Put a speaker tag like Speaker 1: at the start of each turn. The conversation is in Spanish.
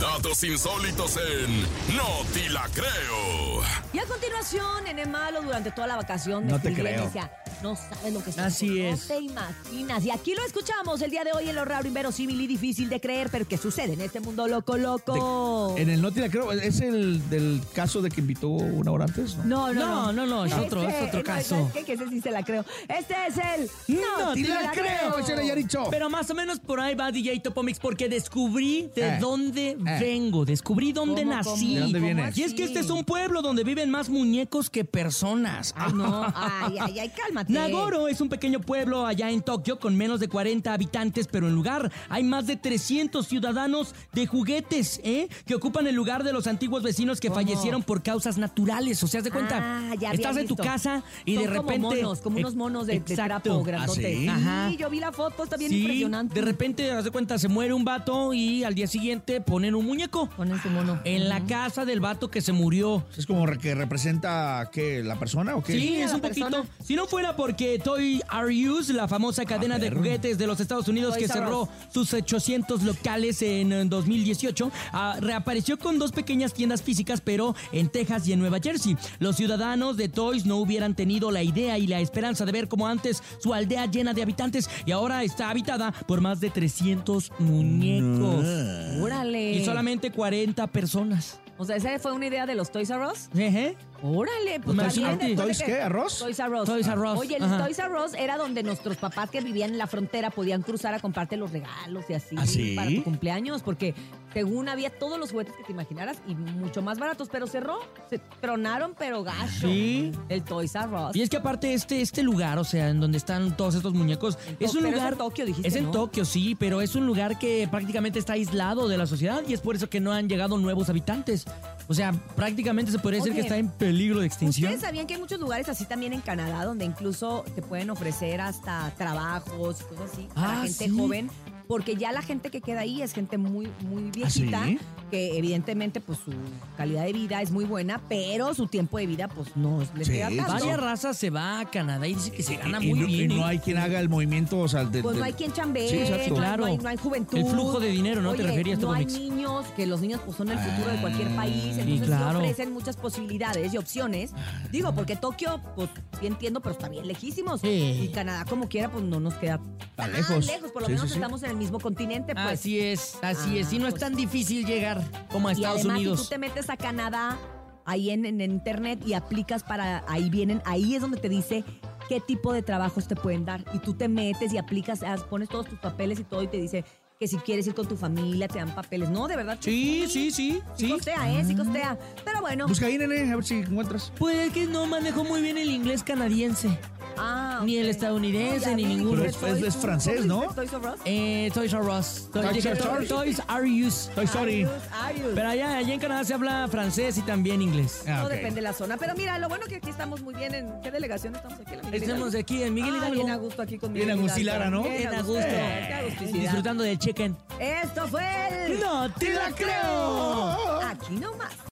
Speaker 1: Datos insólitos en No Te La Creo.
Speaker 2: Y a continuación, en Malo, durante toda la vacación, me
Speaker 3: No te
Speaker 2: escribía y me
Speaker 3: creo.
Speaker 2: decía, no sabes lo que es
Speaker 3: Así
Speaker 2: esto,
Speaker 3: es.
Speaker 2: No te imaginas. Y aquí lo escuchamos el día de hoy en lo raro, inverosímil y difícil de creer, pero ¿qué sucede en este mundo loco, loco?
Speaker 3: En el No Te La Creo, es el del caso de que invitó una hora antes, ¿no?
Speaker 2: No, no,
Speaker 4: No, no, no, es otro- es otro
Speaker 2: no,
Speaker 4: caso.
Speaker 2: ¿sabes qué? Que ese sí se la creo. Este es el
Speaker 4: No
Speaker 3: Te
Speaker 4: Te
Speaker 3: La
Speaker 4: La
Speaker 3: Creo,
Speaker 4: Creo. pues,
Speaker 3: ese era Yaricho.
Speaker 4: Pero más o menos por ahí va DJ Topomix porque descubrí de
Speaker 3: Eh,
Speaker 4: dónde
Speaker 3: eh.
Speaker 4: vengo, descubrí dónde
Speaker 2: ¿Cómo,
Speaker 4: nací.
Speaker 2: cómo,
Speaker 3: ¿De dónde
Speaker 2: cómo
Speaker 3: vienes?
Speaker 4: Y es
Speaker 2: así?
Speaker 4: que este es un pueblo donde viven más muñecos que personas.
Speaker 2: Ay, Ah, no, ay, ay, ay, cálmate.
Speaker 4: Nagoro es un pequeño pueblo allá en Tokio con menos de 40 habitantes, pero en lugar hay más de 300 ciudadanos de juguetes, ¿eh? Que ocupan el lugar de los antiguos vecinos que fallecieron por causas naturales. O sea, haz de cuenta,
Speaker 2: Ah, ya había
Speaker 4: estás en tu
Speaker 2: visto.
Speaker 4: casa y
Speaker 2: Son
Speaker 4: de repente...
Speaker 2: Como monos, como unos
Speaker 4: Eh,
Speaker 2: monos de, de trapo
Speaker 4: exacto.
Speaker 2: grandotes.
Speaker 3: ¿sí?
Speaker 4: Ajá.
Speaker 2: yo vi la foto, está bien
Speaker 4: Sí,
Speaker 2: impresionante.
Speaker 4: De repente, haz de cuenta, se muere un vato y al día siguiente ponen un muñeco
Speaker 2: Ponen su mono.
Speaker 4: en la casa del vato que se murió.
Speaker 3: ¿Es como re- que representa qué, la persona o qué?
Speaker 4: Sí,
Speaker 2: Sí,
Speaker 4: es
Speaker 2: la
Speaker 4: un poquito.
Speaker 2: persona.
Speaker 4: Si no fuera porque Toy R Us, la famosa cadena de
Speaker 3: perro.
Speaker 4: juguetes de los Estados Unidos
Speaker 2: Toys
Speaker 4: que
Speaker 2: R Us.
Speaker 4: cerró sus 800 locales en, en 2018, ah, reapareció con dos pequeñas tiendas físicas, pero en Texas y en Nueva Jersey. Los ciudadanos de Toys no hubieran tenido la idea y la esperanza de ver como antes su aldea llena de habitantes y ahora está habitada por más de 300 muñecos
Speaker 2: Ah. Órale.
Speaker 4: y solamente 40 personas.
Speaker 2: O sea, esa fue una idea de los Toys R Us.
Speaker 4: Ejé.
Speaker 2: Órale, pues
Speaker 4: Toys-
Speaker 2: también después de
Speaker 3: ¿Toys
Speaker 2: que-
Speaker 3: qué? ¿Arroz?
Speaker 2: Toys R Us.
Speaker 4: Toys R Us,
Speaker 2: Oye, el
Speaker 4: ajá.
Speaker 2: Toys R Us era donde nuestros papás que vivían en la frontera podían cruzar a comprarte los regalos y así
Speaker 3: ¿Ah, sí?
Speaker 2: para tu cumpleaños, porque según había todos los juguetes que te imaginaras y mucho más baratos, pero cerró, se tronaron, pero gacho.
Speaker 4: Sí.
Speaker 2: El Toys R Us.
Speaker 4: Y es que aparte este, este lugar, o sea, en donde están todos estos muñecos, es un
Speaker 2: pero es
Speaker 4: lugar...
Speaker 2: en Tokio, dijiste,
Speaker 4: Es en
Speaker 2: ¿no?
Speaker 4: Tokio, sí, pero es un lugar que prácticamente está aislado de la sociedad y es por eso que no han llegado nuevos habitantes. O sea, prácticamente se podría decir
Speaker 2: Oye,
Speaker 4: que está en peligro de extinción.
Speaker 2: ¿Ustedes sabían que hay muchos lugares así también en Canadá donde incluso te pueden ofrecer hasta trabajos y cosas así para
Speaker 4: Ah,
Speaker 2: gente
Speaker 4: sí.
Speaker 2: joven? Porque ya la gente que queda ahí es gente muy, muy viejita,
Speaker 3: sí?
Speaker 2: que evidentemente pues su calidad de vida es muy buena, pero su tiempo de vida pues no le
Speaker 3: Sí,
Speaker 2: queda tanto.
Speaker 4: Varias razas se va a Canadá y dice que se gana
Speaker 3: Y- y
Speaker 4: muy
Speaker 3: no-
Speaker 4: bien.
Speaker 3: Y no
Speaker 4: ¿eh?
Speaker 3: hay quien haga el movimiento, o sea, de-
Speaker 2: Pues
Speaker 3: de-
Speaker 2: no hay quien chambee,
Speaker 3: Sí, exacto.
Speaker 2: no, hay-
Speaker 4: Claro.
Speaker 2: no hay, no hay juventud.
Speaker 4: El flujo de dinero, ¿no? Te
Speaker 2: Oye,
Speaker 4: referías,
Speaker 2: No hay
Speaker 4: Topomix.
Speaker 2: niños, que los niños pues, son el futuro de cualquier país. Entonces sí
Speaker 4: Ah, claro. Ah,
Speaker 2: ofrecen muchas posibilidades y opciones. Digo, porque Tokio, pues sí entiendo, pero está bien lejísimos.
Speaker 4: Sí.
Speaker 2: Y Canadá, como quiera, pues no nos queda tan
Speaker 3: lejos.
Speaker 2: Por lo
Speaker 3: Sí,
Speaker 2: menos
Speaker 3: sí, sí.
Speaker 2: estamos en el mismo continente, pues.
Speaker 4: Así es, así es. Y no
Speaker 2: Ah,
Speaker 4: es
Speaker 2: pues.
Speaker 4: tan difícil llegar como a
Speaker 2: y
Speaker 4: Estados
Speaker 2: además,
Speaker 4: Unidos.
Speaker 2: si tú te metes a Canadá, ahí en, en internet y aplicas para. Ahí vienen, ahí es donde te dice qué tipo de trabajos te pueden dar. Y tú te metes y aplicas, haz- pones todos tus papeles y todo, y te dice que si quieres ir con tu familia, te dan papeles. No, de verdad.
Speaker 4: Sí, sí, sí,
Speaker 2: Sí
Speaker 4: sí.
Speaker 2: costea, ¿eh? Sí costea. Pero bueno.
Speaker 3: Busca ahí, nene, a ver si encuentras.
Speaker 4: Pues es que no manejo muy bien el inglés canadiense.
Speaker 2: Ah,
Speaker 4: Ni el
Speaker 2: ok.
Speaker 4: estadounidense,
Speaker 2: ya
Speaker 4: ni
Speaker 2: vi,
Speaker 4: ninguno.
Speaker 2: que
Speaker 3: Pero es-
Speaker 2: soy
Speaker 3: es- es
Speaker 2: un-
Speaker 3: francés,
Speaker 2: ¿cómo
Speaker 3: ¿no?
Speaker 2: dices? Toys R Us.
Speaker 4: Eh, Toys R Us. Toys,
Speaker 3: Toys R
Speaker 4: Toys-
Speaker 3: Us.
Speaker 4: Toys R Us.
Speaker 3: Toy Story.
Speaker 2: Ay, Dios, ay, Dios.
Speaker 4: Pero allá, allá en Canadá se habla francés y también inglés.
Speaker 3: Ah,
Speaker 2: Todo
Speaker 3: ok.
Speaker 2: depende de la zona. Pero mira, lo bueno que aquí estamos muy bien. ¿En qué delegación estamos aquí? La Miguel
Speaker 4: Estamos
Speaker 2: Hidalgo.
Speaker 4: aquí en Miguel
Speaker 2: Ah, bien a
Speaker 4: Hidalgo.
Speaker 2: gusto aquí con
Speaker 3: Bien
Speaker 2: Miguel
Speaker 3: a gusto,
Speaker 2: Hidalgo.
Speaker 3: Lara, ¿no?
Speaker 2: Bien a gusto.
Speaker 4: Eh,
Speaker 2: Qué agusticidad.
Speaker 4: Disfrutando del chicken.
Speaker 2: Esto fue el...
Speaker 4: ¡No te la creo!
Speaker 2: Aquí nomás.